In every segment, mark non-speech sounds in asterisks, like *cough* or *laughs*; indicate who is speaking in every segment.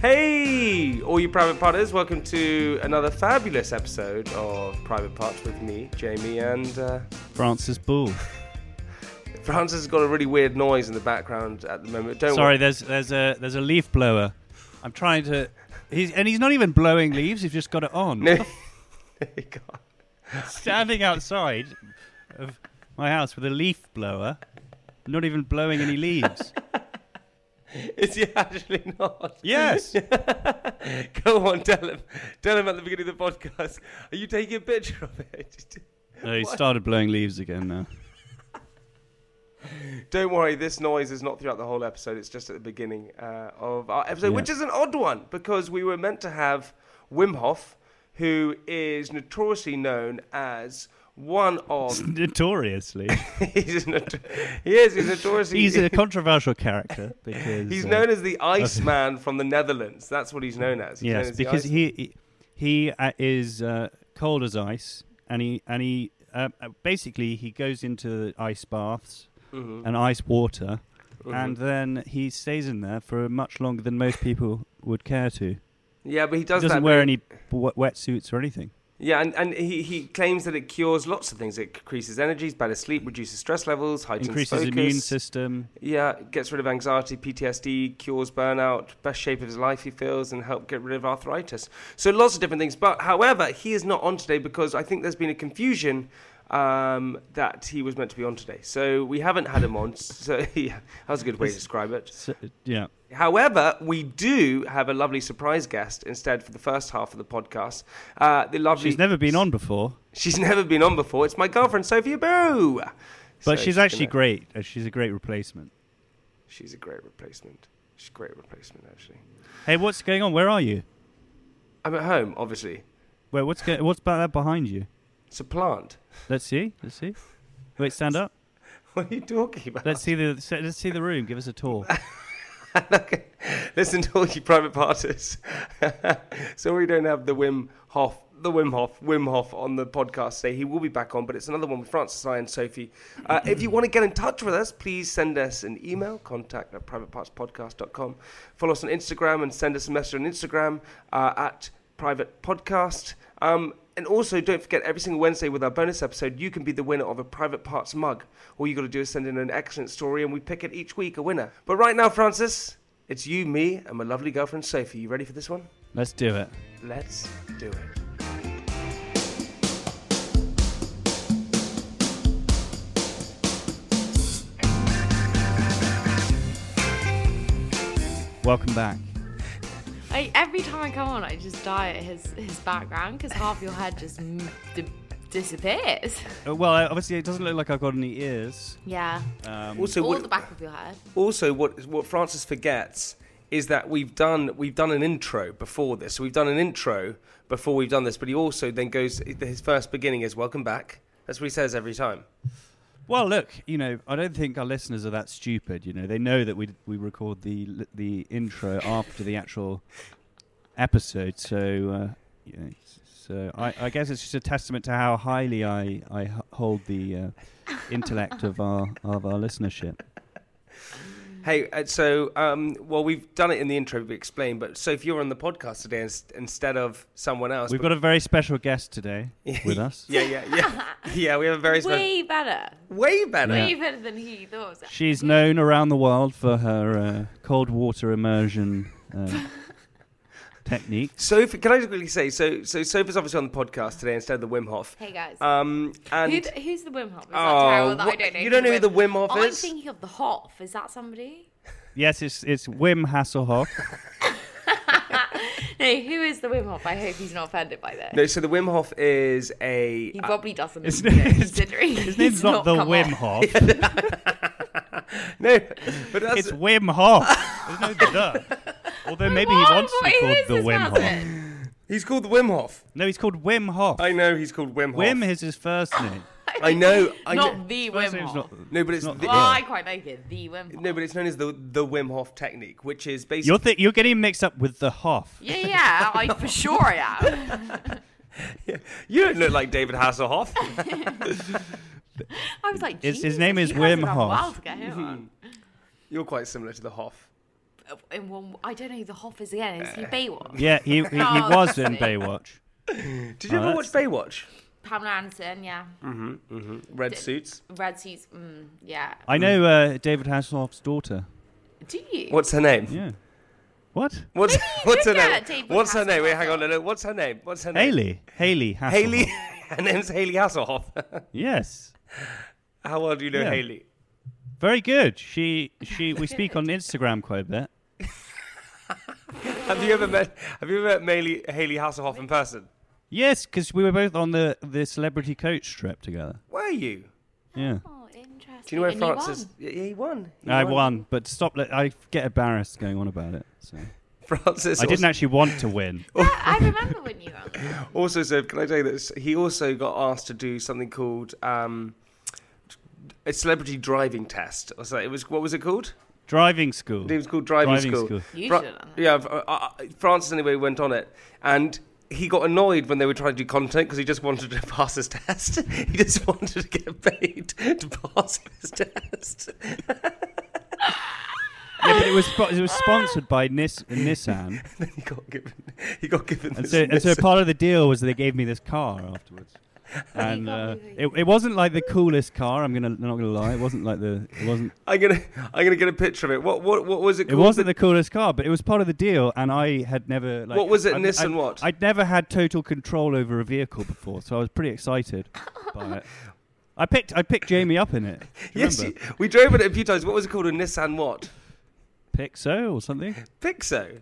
Speaker 1: Hey, all you private partners, welcome to another fabulous episode of Private Parts with me, Jamie, and uh, *laughs*
Speaker 2: Francis Bull.
Speaker 1: Francis has got a really weird noise in the background at the moment. Don't
Speaker 2: Sorry,
Speaker 1: worry.
Speaker 2: there's there's a there's a leaf blower. I'm trying to. He's and he's not even blowing leaves. He's just got it on.
Speaker 1: *laughs* No. You can't.
Speaker 2: Standing outside of my house with a leaf blower, not even blowing
Speaker 1: *laughs*
Speaker 2: any leaves.
Speaker 1: Is he actually not?
Speaker 2: Yes.
Speaker 1: *laughs* Go on, tell him. Tell him at the beginning of the podcast. Are you taking a picture of it? *laughs*
Speaker 2: No, he started blowing leaves again now.
Speaker 1: Don't worry, this noise is not throughout the whole episode. It's just at the beginning uh, of our episode,
Speaker 2: Yeah.
Speaker 1: which is an odd one because we were meant to have Wim Hof, who is notoriously known as one
Speaker 2: *laughs*
Speaker 1: of *laughs*
Speaker 2: Notoriously,
Speaker 1: he's not, he is he's notoriously *laughs*
Speaker 2: he's a controversial character because
Speaker 1: he's
Speaker 2: uh,
Speaker 1: known as the Iceman from the Netherlands. That's what he's known as. He's known
Speaker 2: Yes,
Speaker 1: as the
Speaker 2: because
Speaker 1: Ice-
Speaker 2: he he uh, is uh, cold as ice, and he and he uh, uh, basically he goes into the ice baths
Speaker 1: Mm-hmm,
Speaker 2: and ice water, and then he stays in there for much longer than most people would care to.
Speaker 1: yeah, but he *laughs* does
Speaker 2: he
Speaker 1: that
Speaker 2: doesn't wear
Speaker 1: bit-
Speaker 2: any w- wetsuits or anything.
Speaker 1: Yeah, and, and he, he claims that it cures lots of things. It increases energies, better sleep, reduces stress levels, heightens
Speaker 2: Increases
Speaker 1: focus.
Speaker 2: immune system.
Speaker 1: Yeah, gets rid of anxiety, PTSD, cures burnout, best shape of his life he feels, and help get rid of arthritis. So lots of different things. But however, he is not on today because I think there's been a confusion um, that he was meant to be on today. So we haven't had him on. So *laughs* yeah, that was a good way to describe it.
Speaker 2: So, uh, yeah,
Speaker 1: However, we do have a lovely surprise guest instead for the first half of the podcast. Uh, the lovely
Speaker 2: she's never been on before,
Speaker 1: she's never been on before. It's my girlfriend Sophia Boo.
Speaker 2: but she's actually great. Uh, She's a great replacement.
Speaker 1: She's a great replacement. She's a great replacement actually.
Speaker 2: Hey, what's going on? Where are you?
Speaker 1: I'm at home, obviously.
Speaker 2: Wait, what's go- what's about that behind you?
Speaker 1: It's a plant. *laughs*
Speaker 2: Let's see. Let's see. Wait, stand up.
Speaker 1: What are you talking about?
Speaker 2: Let's see the se- let's see the room. Give us
Speaker 1: *laughs*
Speaker 2: a tour.
Speaker 1: Okay. *laughs* Listen to all you private partners. *laughs* Sorry we don't have the Wim Hof, the Wim Hof, Wim Hof on the podcast today. He will be back on, but it's another one with Francis, I, and Sophie. Uh, if you want to get in touch with us, please send us an email, contact at privatepartspodcast.com. Follow us on Instagram and send us a message on Instagram uh, at private podcast. Um, and also, don't forget every single Wednesday with our bonus episode, you can be the winner of a private parts mug. All you got to do is send in an excellent story, and we pick it each week a winner. But right now, Francis, it's you, me, and my lovely girlfriend Sophie. You ready for this one?
Speaker 2: Let's do it.
Speaker 1: Let's do it.
Speaker 2: Welcome back.
Speaker 3: I, every time I come on, I just die at his his background because half your head just m- di-
Speaker 2: *laughs*
Speaker 3: disappears.
Speaker 2: Uh, well, uh, obviously it doesn't look like I've got any ears.
Speaker 3: Yeah,
Speaker 2: Uh,
Speaker 1: Also,
Speaker 3: Um, all
Speaker 1: what,
Speaker 3: the back of your head.
Speaker 1: also what what Francis forgets is that we've done we've done an intro before this. So we've done an intro before we've done this, but he also then goes his first beginning is "Welcome back." That's what he says every time.
Speaker 2: Well, look, you know, I don't think our listeners are that stupid. You know, they know that we we record the l- the intro after the actual episode. So, uh, you know, s- so I, I guess it's just a testament to how highly I I h- hold the uh, intellect of our of our listenership.
Speaker 1: Hey, uh, so um, well, we've done it in the intro. We explained, but so if you're on the podcast today ins- instead of someone else,
Speaker 2: We've got a very special guest today with us.
Speaker 1: yeah, yeah,
Speaker 3: *laughs*
Speaker 1: yeah, yeah, we have a very special, way,
Speaker 3: Way better,
Speaker 1: better.
Speaker 2: Yeah.
Speaker 3: way better than he thought. it was.
Speaker 2: She's known around the world for her uh, cold water immersion uh, techniques.
Speaker 1: Sophie, can I just quickly say? So, so Sophie's obviously on the podcast today instead of the Wim Hof.
Speaker 3: Hey guys,
Speaker 1: Um, and
Speaker 3: Who d- who's the Wim Hof? Is that
Speaker 1: Oh,
Speaker 3: terrible that I
Speaker 1: what-
Speaker 3: don't know? Oh,
Speaker 1: you don't know who the Wim Hof
Speaker 3: I'm
Speaker 1: is?
Speaker 3: thinking of the Hof. Is that somebody?
Speaker 2: Yes, it's it's Wim Hasselhoff.
Speaker 3: No, who is the Wim Hof? I hope he's not offended by this.
Speaker 1: No, so the Wim Hof is a.
Speaker 3: he probably doesn't.
Speaker 2: uh, His
Speaker 3: It's, it,
Speaker 2: name's-
Speaker 3: considering
Speaker 2: His
Speaker 3: he's
Speaker 2: name's not, the
Speaker 3: come
Speaker 2: Wim
Speaker 3: on. *laughs*
Speaker 1: *laughs*
Speaker 2: Hof.
Speaker 1: no, but that's.
Speaker 2: it's Wim Hof. There's no
Speaker 3: *laughs*
Speaker 2: the. Although maybe he
Speaker 3: What?
Speaker 2: wants to be
Speaker 3: Who
Speaker 2: called
Speaker 3: is
Speaker 2: the
Speaker 3: this
Speaker 2: Wim Hof.
Speaker 3: person?
Speaker 1: he's called the Wim Hof.
Speaker 2: No, he's called Wim Hof.
Speaker 1: I know he's called Wim Hof.
Speaker 2: Wim is his
Speaker 3: *laughs*
Speaker 2: first name.
Speaker 1: I know. I
Speaker 3: not
Speaker 1: know.
Speaker 3: the
Speaker 2: First
Speaker 3: Wim
Speaker 2: name's
Speaker 3: Hof.
Speaker 2: not.
Speaker 1: No, but it's
Speaker 2: not
Speaker 1: the-
Speaker 3: Well,
Speaker 2: Hof.
Speaker 3: I quite like it. The Wim Hof.
Speaker 1: No, but it's known as the the Wim Hof technique, which is basically.
Speaker 2: You're, thi- you're getting mixed up with the Hof.
Speaker 3: yeah, yeah, I for sure I am.
Speaker 1: You don't look like David
Speaker 3: *laughs*
Speaker 1: Hasselhoff. *laughs*
Speaker 3: I was like,
Speaker 2: His- his
Speaker 3: "Jesus,
Speaker 2: name is
Speaker 3: you guys
Speaker 2: Wim
Speaker 3: have done
Speaker 2: Hof."
Speaker 3: well to get him on.
Speaker 1: You're quite similar to the Hoff.
Speaker 3: In one, I don't know who the Hoff is again. Is he Baywatch?
Speaker 2: Yeah, he, he, he
Speaker 3: *laughs* Oh,
Speaker 2: was in
Speaker 3: see.
Speaker 2: Baywatch.
Speaker 1: Did you
Speaker 2: Oh,
Speaker 1: ever watch Baywatch?
Speaker 3: Pamela Anderson, yeah.
Speaker 1: Red suits.
Speaker 3: Red suits, mm, yeah.
Speaker 2: I know uh, David Hasselhoff's daughter.
Speaker 3: Do you?
Speaker 1: What's her name?
Speaker 2: Yeah. What?
Speaker 1: What's *laughs* what's her
Speaker 3: look
Speaker 1: name?
Speaker 3: at David
Speaker 1: What's her name? Wait,
Speaker 3: Hasselhoff.
Speaker 1: hang on. No, no. What's her name? What's her name?
Speaker 2: Haley. Haley Hasselhoff.
Speaker 1: Haley. *laughs* her name's Haley Hasselhoff. *laughs*
Speaker 2: Yes.
Speaker 1: How well do you know
Speaker 2: Yeah.
Speaker 1: Haley?
Speaker 2: Very good. She she.
Speaker 3: *laughs*
Speaker 2: We speak on Instagram quite a bit.
Speaker 1: Have you ever met Have you ever met Haley, Haley Hasselhoff in person?
Speaker 2: Yes, because we were both on the the celebrity coach trip together.
Speaker 1: Where are you?
Speaker 2: Yeah.
Speaker 3: Oh, interesting.
Speaker 1: Do you know where
Speaker 3: And you
Speaker 1: Francis?
Speaker 3: won.
Speaker 1: Yeah, yeah, he won. He
Speaker 2: I won, but stop. Let, I get embarrassed going on about it. So. Oh.
Speaker 1: Francis.
Speaker 2: I didn't
Speaker 1: also,
Speaker 2: actually want to *laughs* win.
Speaker 3: Yeah, I remember when you
Speaker 2: *laughs*
Speaker 3: won.
Speaker 1: also so can I tell you this? He also got asked to do something called um, a celebrity driving test. Or so it was. What was it called?
Speaker 2: Driving school.
Speaker 1: It was called driving,
Speaker 2: Driving
Speaker 1: school.
Speaker 2: school.
Speaker 3: You
Speaker 1: Fra-
Speaker 3: should have done
Speaker 2: *laughs*
Speaker 3: that.
Speaker 1: Yeah, uh, uh, Francis anyway went on it, and he got annoyed when they were trying to do content because he just wanted to *laughs* pass his test. he just wanted to get paid to pass his test. *laughs*
Speaker 2: Yeah, but it was spo- it was sponsored by Nis- *laughs* Nissan,
Speaker 1: then he got given. He got given.
Speaker 2: and
Speaker 1: this
Speaker 2: so and so
Speaker 1: miss-
Speaker 2: part of the deal was they gave me this car afterwards. And uh, it, it wasn't like the coolest car. I'm gonna I'm not gonna lie. It wasn't like the it wasn't
Speaker 1: I'm gonna. I'm gonna get a picture of it. What? What? What was it?
Speaker 2: It
Speaker 1: Called?
Speaker 2: wasn't the coolest car, but it was part of the deal, and I had never. Like,
Speaker 1: What was it,
Speaker 2: I'd-
Speaker 1: Nissan
Speaker 2: I'd-
Speaker 1: what?
Speaker 2: I'd never had total control over a vehicle before, so I was
Speaker 1: *laughs*
Speaker 2: pretty excited by it. I picked I picked Jamie up in it. Do you
Speaker 1: yes,
Speaker 2: remember?
Speaker 1: you- we drove it a few times. What was it called? A Nissan what?
Speaker 2: Pixo or something.
Speaker 1: Pixo.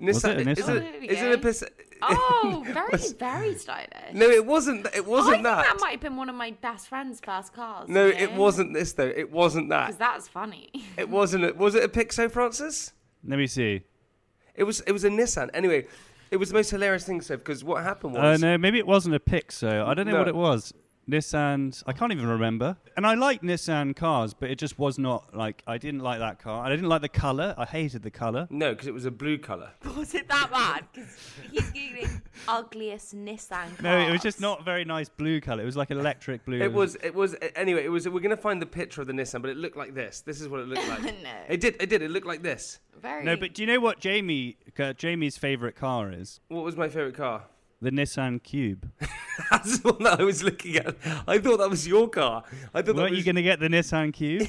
Speaker 1: Nissan.
Speaker 2: Was it a
Speaker 1: Is
Speaker 2: Nissan?
Speaker 1: it,
Speaker 3: There we
Speaker 1: is it a
Speaker 3: go.
Speaker 1: Pis-
Speaker 3: Oh, very, very stylish.
Speaker 1: No, it wasn't. It wasn't
Speaker 3: I
Speaker 1: that.
Speaker 3: think that might have been one of my best friend's first cars.
Speaker 1: no,
Speaker 3: you
Speaker 1: it
Speaker 3: know?
Speaker 1: wasn't this though. It wasn't that.
Speaker 3: 'Cause that's funny.
Speaker 1: It wasn't. A, was it a Pixo, Francis?
Speaker 2: Let me see.
Speaker 1: It was. It was a Nissan. Anyway, it was the most hilarious thing, so because what happened
Speaker 2: Uh,
Speaker 1: was
Speaker 2: no, maybe it wasn't a Pixo. I don't know
Speaker 1: No.
Speaker 2: what it was. Nissan. I can't even remember. And I like Nissan cars, but it just was not like I didn't like that car. I didn't like the color. I hated the color.
Speaker 1: no, because it was a blue color.
Speaker 3: *laughs* Was it that bad? Because he's *laughs* googling ugliest Nissan cars.
Speaker 2: No, it was just not a very nice blue color. It was like electric blue.
Speaker 1: It was. It was. Anyway, it was. We're gonna find the picture of the Nissan, but it looked like this. This is what it looked like.
Speaker 3: No.
Speaker 1: It did. It did. It looked like this.
Speaker 3: Very.
Speaker 2: No, but do you know what Jamie uh, Jamie's favorite car is?
Speaker 1: What was my favorite car? *laughs*
Speaker 2: The Nissan Cube.
Speaker 1: That's the one that I was looking at. I thought that was your car. I thought *laughs* that
Speaker 2: Weren't
Speaker 1: was.
Speaker 2: you going to get the Nissan
Speaker 1: *laughs*
Speaker 2: Cube?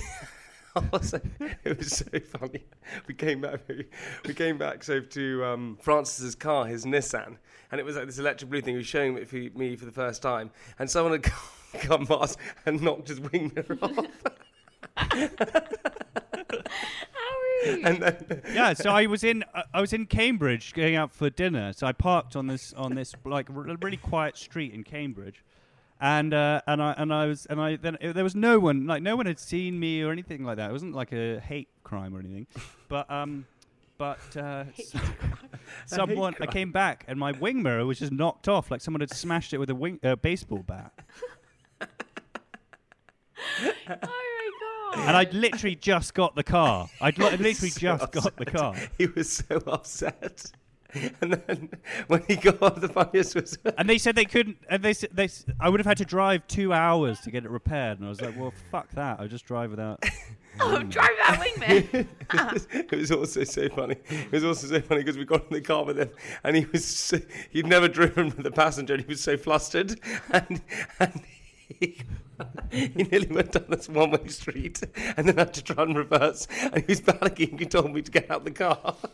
Speaker 1: Also, it was so funny. We came back. We came back so to um, Francis's car, his Nissan, and it was like this electric blue thing. He was showing it for me for the first time, and someone had *laughs* come past and knocked his wing mirror off.
Speaker 3: *laughs* How rude.
Speaker 1: And then,
Speaker 2: yeah. So I was in uh, I was in Cambridge going out for dinner. So I parked on this on this like r- really quiet street in Cambridge, and uh, and I and I was and I then uh, there was no one like no one had seen me or anything like that. It wasn't like a hate crime or anything, but um. But uh, s- *laughs*
Speaker 1: *laughs*
Speaker 2: someone, I came back and my wing mirror was just knocked off, like someone had smashed it with a wing, uh, baseball bat.
Speaker 3: oh my god.
Speaker 2: And I'd literally just got the car. I'd li- literally just got the car.
Speaker 1: he was so upset. And then when he got off, the funniest was
Speaker 2: And they said they couldn't. And they said they. s- I would have had to drive two hours to get it repaired. And I was like, well, fuck that. I'll just drive without.
Speaker 3: *laughs* Oh, drive that
Speaker 2: *laughs*
Speaker 3: wingman.
Speaker 1: *laughs* it was also so funny. It was also so funny because we got in the car with him, and he was so, he'd never driven with a passenger, and he was so flustered, and and he, he nearly went down this one-way street, and then had to try and reverse, and he was panicking. He told me to get out the car. *laughs*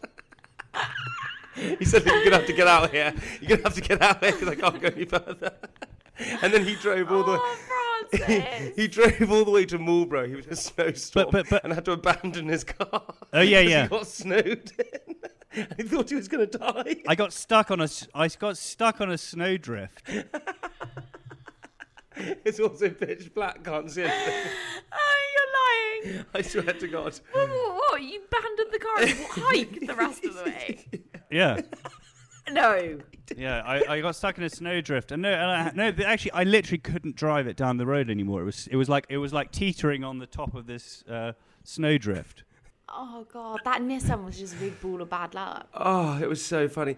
Speaker 1: He said, "You're gonna have to get out of here. You're gonna have to get out of here because I can't go any further." And then he drove all the way.
Speaker 3: oh,
Speaker 1: He,
Speaker 2: *laughs*
Speaker 3: Francis.
Speaker 1: he drove all the way to Marlborough. He was in a snowstorm
Speaker 2: But- but- but-
Speaker 1: and had to abandon his car. *laughs*
Speaker 2: Oh, yeah,
Speaker 1: because
Speaker 2: yeah.
Speaker 1: He got snowed in. *laughs* I thought he was going to die.
Speaker 2: I got stuck on a s- I got stuck on a snowdrift.
Speaker 1: *laughs* It's also pitch black. Can't see anything.
Speaker 3: Oh, you're lying.
Speaker 1: *laughs* I swear to God.
Speaker 3: Whoa, whoa, whoa. You abandoned the car and hiked the rest of
Speaker 1: *laughs*
Speaker 3: the way.
Speaker 2: Yeah,
Speaker 3: *laughs* No.
Speaker 2: yeah. I, I got stuck in a snowdrift, and no, and I, no. but Actually, I literally couldn't drive it down the road anymore. It was it was like it was like teetering on the top of this uh, snowdrift.
Speaker 3: Oh, God. That Nissan was just a big ball of bad luck.
Speaker 1: Oh, it was so funny.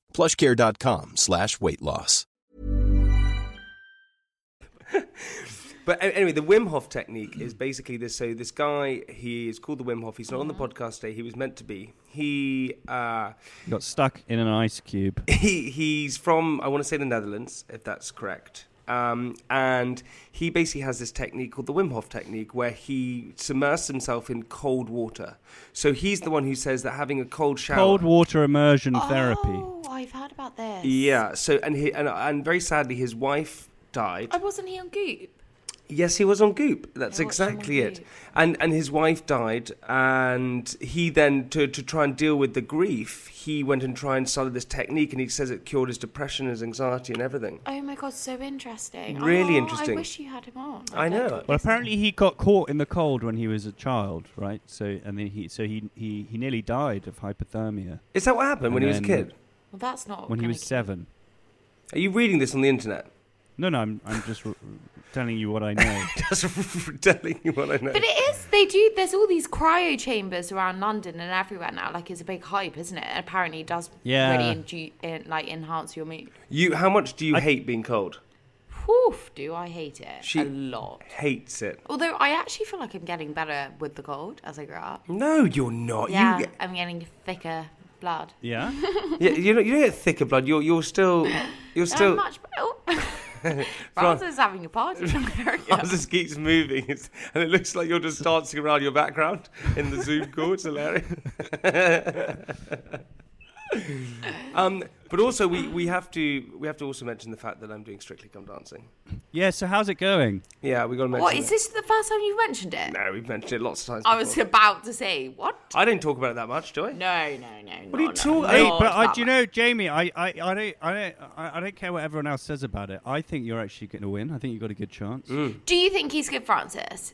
Speaker 4: Plushcare.com slash weight loss.
Speaker 1: But a- anyway, the Wim Hof technique is basically this. So this guy, he is called the Wim Hof. He's not on
Speaker 3: Mm-hmm.
Speaker 1: the podcast today. He was meant to be. He uh,
Speaker 2: Got stuck in an ice cube.
Speaker 1: he he's from I want to say the Netherlands, if that's correct. Um, and he basically has this technique called the Wim Hof technique, where he submerses himself in cold water. So he's the one who says that having a cold shower,
Speaker 2: Cold water immersion therapy.
Speaker 3: Oh, I've heard about this.
Speaker 1: yeah. So and he and, and very sadly, his wife died.
Speaker 3: I wasn't he on Goop?
Speaker 1: Yes, he was on Goop. That's
Speaker 3: I watched him on
Speaker 1: exactly it.
Speaker 3: Goop.
Speaker 1: And and his wife died, and he then to to try and deal with the grief, he went and tried and started this technique, and he says it cured his depression, his anxiety, and everything.
Speaker 3: Oh my god, so interesting.
Speaker 1: Really
Speaker 3: Oh,
Speaker 1: interesting.
Speaker 3: I wish you had him on.
Speaker 1: I
Speaker 3: I'd like
Speaker 1: know.
Speaker 3: to
Speaker 2: Well,
Speaker 3: listen.
Speaker 2: apparently he got caught in the cold when he was a child, right? So and then he so he he, he nearly died of hypothermia
Speaker 1: Is that what happened when
Speaker 2: And
Speaker 1: he was a
Speaker 2: then-
Speaker 1: kid?
Speaker 3: Well, that's not.
Speaker 2: when he
Speaker 3: gonna
Speaker 2: was
Speaker 3: keep-
Speaker 2: seven.
Speaker 1: Are you reading this on the internet? *laughs*
Speaker 2: No, no, I'm I'm just r- telling you what I
Speaker 3: *laughs*
Speaker 2: know.
Speaker 1: Just telling you what I know.
Speaker 3: But it is. They do. There's all these cryo chambers around London and everywhere now. Like it's a big hype, isn't it? And apparently, it does
Speaker 2: Yeah.
Speaker 3: really indu- in, like enhance your mood.
Speaker 1: You, how much do you hate being cold?
Speaker 3: Poof! Do I hate it
Speaker 1: She-
Speaker 3: a lot?
Speaker 1: Hates it.
Speaker 3: Although I actually feel like I'm getting better with the cold as I grow up.
Speaker 1: No, you're not.
Speaker 3: Yeah,
Speaker 1: You, get-
Speaker 3: I'm getting thicker blood.
Speaker 2: yeah.
Speaker 1: yeah, you know, you don't get thicker blood. You're, you're still, you're
Speaker 3: And
Speaker 1: still.
Speaker 3: I'm much.
Speaker 1: *laughs*
Speaker 3: Oh. *laughs* Francis having a party. in America.
Speaker 1: *laughs* Ours just keeps moving, it's, and it looks like you're just dancing around your background in the Zoom call. It's hilarious. *laughs* um, but also, we, we have to we have to also mention the fact that I'm doing Strictly Come Dancing.
Speaker 2: Yeah. So how's it going?
Speaker 1: Yeah, we got to mention.
Speaker 3: What is
Speaker 1: it?
Speaker 3: this the first time you've mentioned it?
Speaker 1: No, we've mentioned it lots of times.
Speaker 3: I was
Speaker 1: before.
Speaker 3: about to say what?
Speaker 1: I don't talk about it that much, do I?
Speaker 3: No, no, no. What
Speaker 1: are you talking-
Speaker 2: Hey,
Speaker 1: Oh,
Speaker 2: but
Speaker 3: uh,
Speaker 2: I, do you know, Jamie? I, I, I don't, I don't, I, I don't care what everyone else says about it. I think you're actually going to win. I think you've got a good chance.
Speaker 3: Do you think he's good, Francis?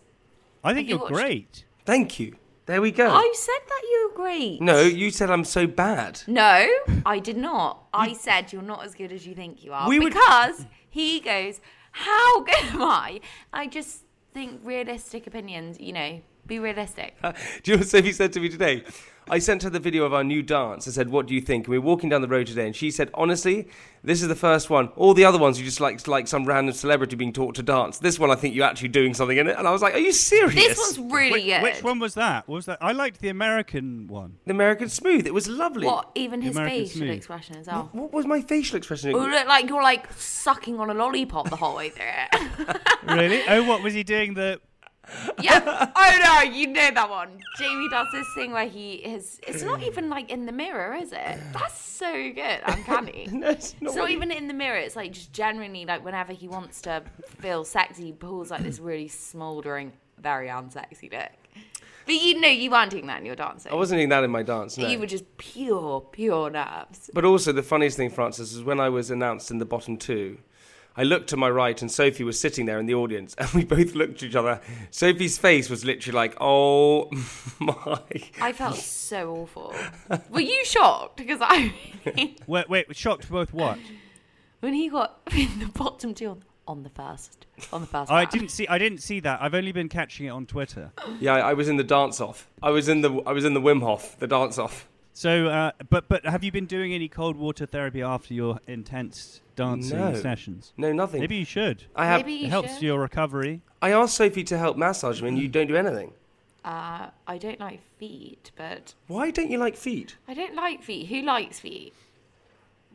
Speaker 2: I think
Speaker 3: you
Speaker 2: you're
Speaker 3: watched-
Speaker 2: great.
Speaker 1: Thank you. There we go.
Speaker 3: I said that you're great.
Speaker 1: No, you said I'm so bad. *laughs*
Speaker 3: No, I did not. I said you're not as good as you think you are
Speaker 1: We would-
Speaker 3: because he goes, "How good am I?" I just think realistic opinions. You know, be realistic.
Speaker 1: Do you know what Sophie said to me today? I sent her the video of our new dance. I said, "What do you think?" And we were walking down the road today, and she said, "Honestly, this is the first one. All the other ones, you just like like some random celebrity being taught to dance. This one, I think you're actually doing something in it." And I was like, "Are you serious?"
Speaker 3: This one's really
Speaker 2: Wh-
Speaker 3: good.
Speaker 2: Which one was that? What was that? I liked the American one.
Speaker 1: the American Smooth. It was lovely.
Speaker 3: What? Even his
Speaker 2: American
Speaker 3: facial
Speaker 2: Smooth.
Speaker 3: expression as well.
Speaker 1: What was my facial expression?
Speaker 3: You look like you're like sucking on a lollipop the whole way through it.
Speaker 2: *laughs* really? Oh, what was he doing? The
Speaker 3: Yeah. Oh no, you know that one. Jamie does this thing where he is.
Speaker 2: *clears throat*
Speaker 3: It's not even like in the mirror, is it? That's so good.
Speaker 2: *laughs*
Speaker 3: Uncanny.
Speaker 1: *laughs* No, it's not what
Speaker 3: It's not
Speaker 1: he-
Speaker 3: even in the mirror. It's like just generally like whenever he wants to feel sexy, he pulls like this really smouldering, very unsexy dick. But you know, you weren't doing that in your dancing.
Speaker 1: I wasn't doing that in my dance. No.
Speaker 3: You were just pure, pure nerves.
Speaker 1: But also, the funniest thing, Francis, is when I was announced in the bottom two, I looked to my right and Sophie was sitting there in the audience, *laughs* and we both looked at each other. Sophie's face was literally like, oh *laughs* my.
Speaker 3: I
Speaker 1: *laughs*
Speaker 3: felt so awful. Were you shocked? Because I,
Speaker 1: *laughs*
Speaker 2: wait, wait, shocked both what?
Speaker 3: when he got *laughs* in the bottom two on, on the first, on the first.
Speaker 2: I
Speaker 3: round.
Speaker 2: didn't see. I didn't see that. I've only been catching it on Twitter.
Speaker 1: Yeah, I was in the dance off. I was in the I was in the Wim Hof, the dance off.
Speaker 2: So, uh, but but have you been doing any cold water therapy after your intense dancing
Speaker 1: No.
Speaker 2: sessions?
Speaker 1: No, nothing.
Speaker 2: Maybe you should.
Speaker 1: I have.
Speaker 3: Maybe
Speaker 2: it
Speaker 3: you
Speaker 2: helps
Speaker 3: should.
Speaker 2: your recovery.
Speaker 1: I asked Sophie to help massage me, and you don't do anything.
Speaker 3: Uh, I don't like feet, but
Speaker 1: Why don't you like feet?
Speaker 3: I don't like feet. Who likes feet?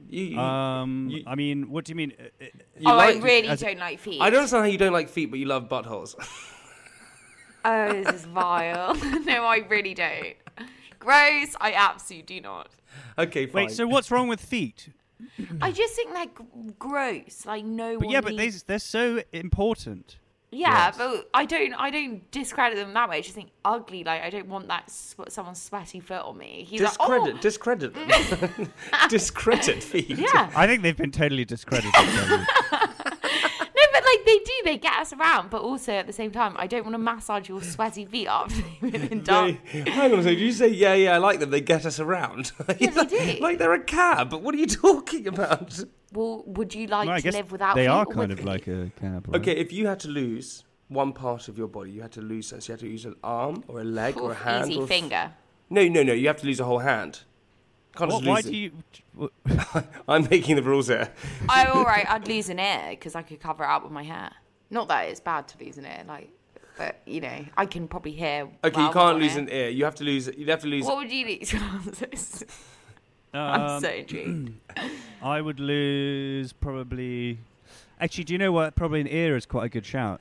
Speaker 1: You, you,
Speaker 3: Uh,
Speaker 2: Um,
Speaker 1: You-
Speaker 2: I mean, what do you mean? Uh, uh,
Speaker 1: you
Speaker 3: oh, I
Speaker 1: like-
Speaker 3: really
Speaker 2: as-
Speaker 3: don't like feet.
Speaker 1: I don't understand how you don't like feet, but you love buttholes. *laughs*
Speaker 3: Oh, this is vile. *laughs* no, I really don't. Gross. I absolutely do not.
Speaker 1: okay, fine.
Speaker 2: Wait, so what's wrong with feet?
Speaker 3: I just think they're g- gross. Like no
Speaker 2: Hmm. But
Speaker 3: one.
Speaker 2: yeah, but they,
Speaker 3: needs-
Speaker 2: they're so important.
Speaker 3: Yeah, but I don't. I don't discredit them that way. I just think ugly. Like I don't want that sw- someone's sweaty foot on me. He's
Speaker 1: discredit,
Speaker 3: like, "Oh,
Speaker 1: discredit, *laughs* discredit feet.
Speaker 3: oh,
Speaker 2: *laughs*
Speaker 3: yeah.
Speaker 2: I think they've been totally
Speaker 3: *laughs*
Speaker 2: discredited. Jamie.
Speaker 3: No, but like they do. They get us around, but also at the same time, I don't want to massage your sweaty feet
Speaker 2: *laughs*
Speaker 3: *laughs* after they've been
Speaker 1: They,
Speaker 3: done.
Speaker 1: hang on a second. You say yeah, yeah. I like them. They get us around. *laughs*
Speaker 3: Yeah, they
Speaker 1: like,
Speaker 3: do.
Speaker 1: like they're a cab. But what are you *laughs* talking about?
Speaker 3: Well, would you like
Speaker 2: No, I
Speaker 3: to
Speaker 2: guess
Speaker 3: live without?
Speaker 2: they
Speaker 3: feet
Speaker 2: are
Speaker 3: or
Speaker 2: kind
Speaker 3: with
Speaker 2: of
Speaker 3: feet?
Speaker 2: like a cab. right?
Speaker 1: Okay, if you had to lose one part of your body, you had to lose. So you had to use an arm or a leg or a
Speaker 3: Oof,
Speaker 1: hand.
Speaker 3: easy
Speaker 1: or a f-
Speaker 3: finger.
Speaker 1: No, no, no. You have to lose a whole hand. Can't
Speaker 2: What,
Speaker 1: just
Speaker 2: why
Speaker 1: lose
Speaker 2: do
Speaker 1: it.
Speaker 2: you? what-
Speaker 1: I'm making the rules here.
Speaker 3: I Oh, all right. I'd lose an ear because I could cover it up with my hair. Not that it's bad to lose an ear, like, but you know, I can probably hear.
Speaker 1: Okay,
Speaker 3: well
Speaker 1: you can't
Speaker 3: with one
Speaker 1: lose
Speaker 3: ear.
Speaker 1: an ear. You have to lose. You'd have to lose.
Speaker 3: What would you *laughs* lose? *laughs* I'm
Speaker 2: Um,
Speaker 3: so intrigued.
Speaker 2: I would lose probably. Actually, do you know what? Probably an ear is quite a good shout.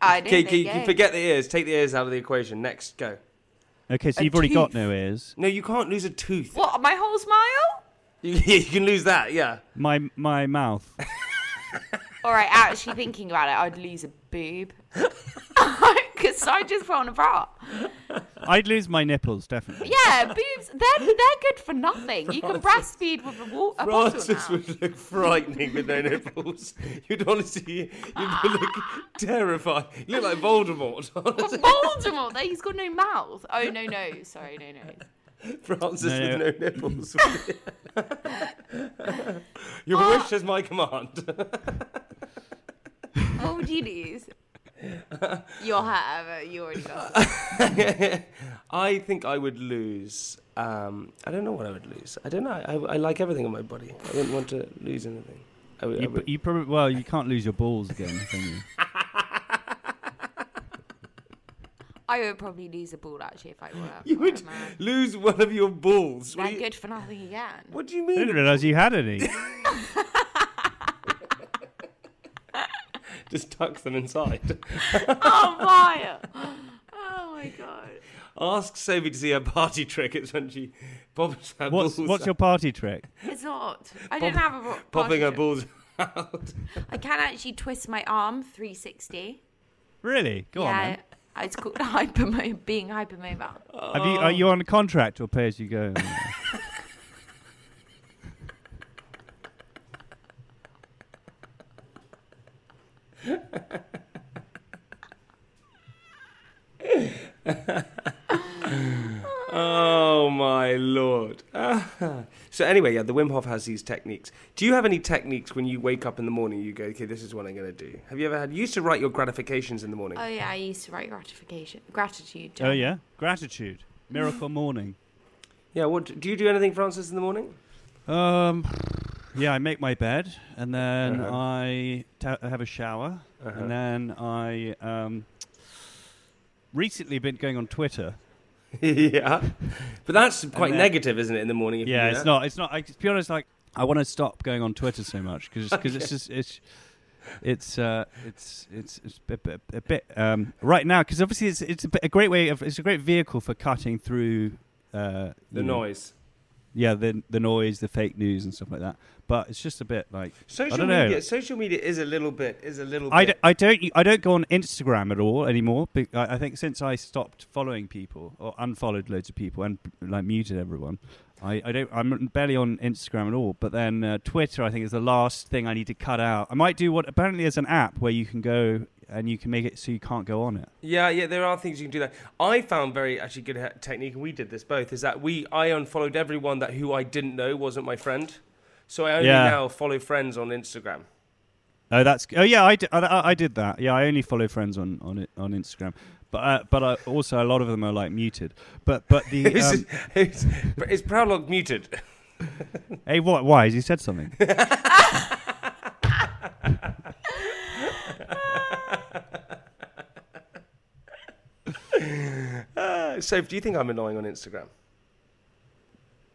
Speaker 3: I
Speaker 1: Okay,
Speaker 3: didn't
Speaker 1: okay, you forget the ears. Take the ears out of the equation. Next, go.
Speaker 2: Okay, so
Speaker 3: A
Speaker 2: you've already got
Speaker 3: tooth.
Speaker 2: no ears.
Speaker 1: No, you can't lose a tooth. *laughs*
Speaker 3: What? My whole smile?
Speaker 1: You, you can lose that. Yeah.
Speaker 2: My my *laughs* mouth.
Speaker 3: All right. Actually, thinking about it, I'd lose a boob *laughs* because I just put on a bra.
Speaker 2: I'd lose my nipples definitely.
Speaker 3: *laughs* Yeah, boobs. They're they're good for nothing. you can breastfeed with a, wa- a bottle
Speaker 1: Francis
Speaker 3: now.
Speaker 1: would look frightening with no nipples. *laughs* You'd honestly, you'd look terrified. You look like Voldemort. *laughs* Honestly,
Speaker 3: *laughs* *laughs* Voldemort. there, He's got no mouth. Oh no no. Sorry no no.
Speaker 1: Francis
Speaker 2: No, no.
Speaker 1: with no nipples. Your wish is my command. *laughs*
Speaker 3: What would you lose? Your hair. but You already got. it.
Speaker 1: I think I would lose. Um, I don't know what I would lose. I don't know. I, I like everything on my body. I wouldn't want to lose anything. I would, I
Speaker 2: You,
Speaker 1: would-
Speaker 2: you probably well you can't lose your balls again. Can you?
Speaker 3: I would probably lose a ball actually if I were.
Speaker 1: You would
Speaker 3: man.
Speaker 1: lose one of your balls. *laughs* What
Speaker 3: They're
Speaker 1: do you,
Speaker 3: good for nothing again.
Speaker 1: what do you
Speaker 2: *laughs* I didn't
Speaker 1: mean?
Speaker 2: realize you had any.
Speaker 1: Just tucks them inside. *laughs*
Speaker 3: Oh my! Oh my god.
Speaker 1: Ask Sophie to see her party trick. It's when she pops her
Speaker 2: *laughs* What's
Speaker 1: balls
Speaker 2: what's your
Speaker 1: out-
Speaker 2: party trick?
Speaker 3: It's not. I didn't have a bo-
Speaker 1: popping her
Speaker 3: partnership.
Speaker 1: balls out.
Speaker 3: I can actually twist my arm 360.
Speaker 2: Really? Go on.
Speaker 3: yeah,
Speaker 2: Then.
Speaker 3: I- it's called *laughs* hypermo- being hypermobile.
Speaker 2: Have you, are you on a contract or pay as you *laughs* go?
Speaker 1: Oh my lord. *laughs* Ah. so anyway, yeah, the Wim Hof has these techniques. Do you have any techniques when you wake up in the morning you go, okay, this is what I'm going to do? Have you ever had you used to write your gratifications in the morning?
Speaker 3: Oh yeah, I used to write gratification, gratitude.
Speaker 2: oh
Speaker 3: down.
Speaker 2: yeah, gratitude, miracle morning.
Speaker 1: yeah, what do you do anything Francis in the
Speaker 2: *laughs*
Speaker 1: morning?
Speaker 2: Um, yeah, I make my bed and then
Speaker 1: Uh-huh.
Speaker 2: I ta- have a shower
Speaker 1: Uh-huh.
Speaker 2: and then I um, recently been going on Twitter.
Speaker 1: yeah. But that's quite
Speaker 2: then-
Speaker 1: negative, isn't it, in the morning? If you
Speaker 2: uh, Yeah,
Speaker 1: do
Speaker 2: it's
Speaker 1: that?
Speaker 2: not. It's not. I, to be honest, like I want to stop going on Twitter so much because it's just it's it's uh, it's it's it's a bit, a bit um, right now because obviously it's it's a, bit, a great way of it's a great vehicle for cutting through uh,
Speaker 1: the
Speaker 2: you know,
Speaker 1: noise.
Speaker 2: Yeah, the the noise, the fake news and stuff like that. But it's just a bit like I
Speaker 1: Social
Speaker 2: don't know.
Speaker 1: media social media is a little bit is a little
Speaker 2: I,
Speaker 1: bit
Speaker 2: d- I don't I don't go on Instagram at all anymore. But I, I think since I stopped following people or unfollowed loads of people and like muted everyone, I, I don't I'm barely on Instagram at all. But then uh, Twitter I think is the last thing I need to cut out. I might do what apparently there's an app where you can go and you can make it so you can't go on it.
Speaker 1: Yeah, yeah, there are things you can do that. I found very actually good ha- technique, and we did this both. Is that we I unfollowed everyone that who I didn't know wasn't my friend, so I only
Speaker 2: Yeah. Um,
Speaker 1: now follow friends on Instagram.
Speaker 2: Oh, that's oh yeah, I, d- I- I- I did that. Yeah, I only follow friends on on it, on Instagram. But uh, but I, also a lot of them are like muted. But but
Speaker 1: *laughs*
Speaker 2: the
Speaker 1: *laughs* It's,
Speaker 2: um,
Speaker 1: it's, it's Prowlog muted. *laughs*
Speaker 2: hey what why has he said something?
Speaker 1: so do you think I'm annoying on Instagram? *laughs*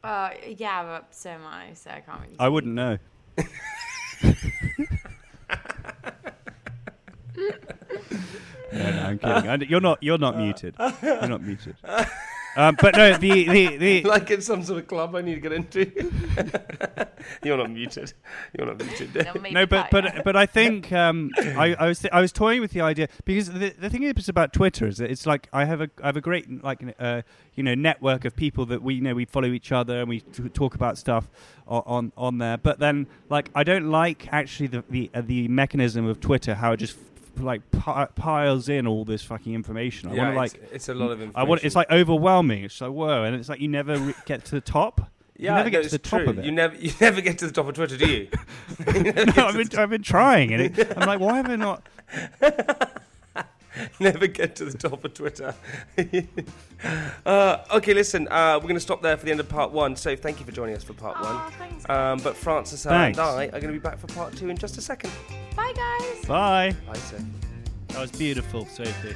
Speaker 3: Uh, yeah, but so am I, so I can't really.
Speaker 2: I wouldn't know. no, no, I'm kidding. I d- you're not. You're not muted. You're not muted. Um, but no, the the, the
Speaker 1: Like it's some sort of club I need to get into. *laughs* You're not muted. You're not
Speaker 3: *laughs*
Speaker 1: muted.
Speaker 3: They'll maybe
Speaker 2: no, but
Speaker 3: cut you.
Speaker 2: but but I think um, I, I was th- I was toying with the idea because the, the thing is about Twitter is that it's like I have a I have a great like uh, you know network of people that we you know we follow each other and we t- talk about stuff on, on on there. But then like I don't like actually the the, uh, the mechanism of Twitter how it just f- like pi- piles in all this fucking information. I want to like
Speaker 1: it's, a lot of information.
Speaker 2: I want it's like overwhelming. It's like whoa, and it's like you never re- get to the top. you never
Speaker 1: no,
Speaker 2: get to
Speaker 1: it's
Speaker 2: the top
Speaker 1: true.
Speaker 2: of it. *laughs*
Speaker 1: You never, *laughs* you never get to the top of Twitter, do you?
Speaker 2: no, I've been, I've been trying,
Speaker 1: *laughs*
Speaker 2: and it, I'm like, why have I not?
Speaker 1: *laughs* never get to the top of Twitter. *laughs* uh, okay, listen, uh, we're going to stop there for the end of part one. So thank you for joining us for part
Speaker 3: Aw,
Speaker 1: one.
Speaker 3: thanks.
Speaker 1: Um, but Francis
Speaker 2: Thanks.
Speaker 1: and I are going to be back for part two in just a second.
Speaker 3: Bye, guys.
Speaker 2: Bye.
Speaker 1: Bye, sir.
Speaker 2: That was beautiful, Sophie.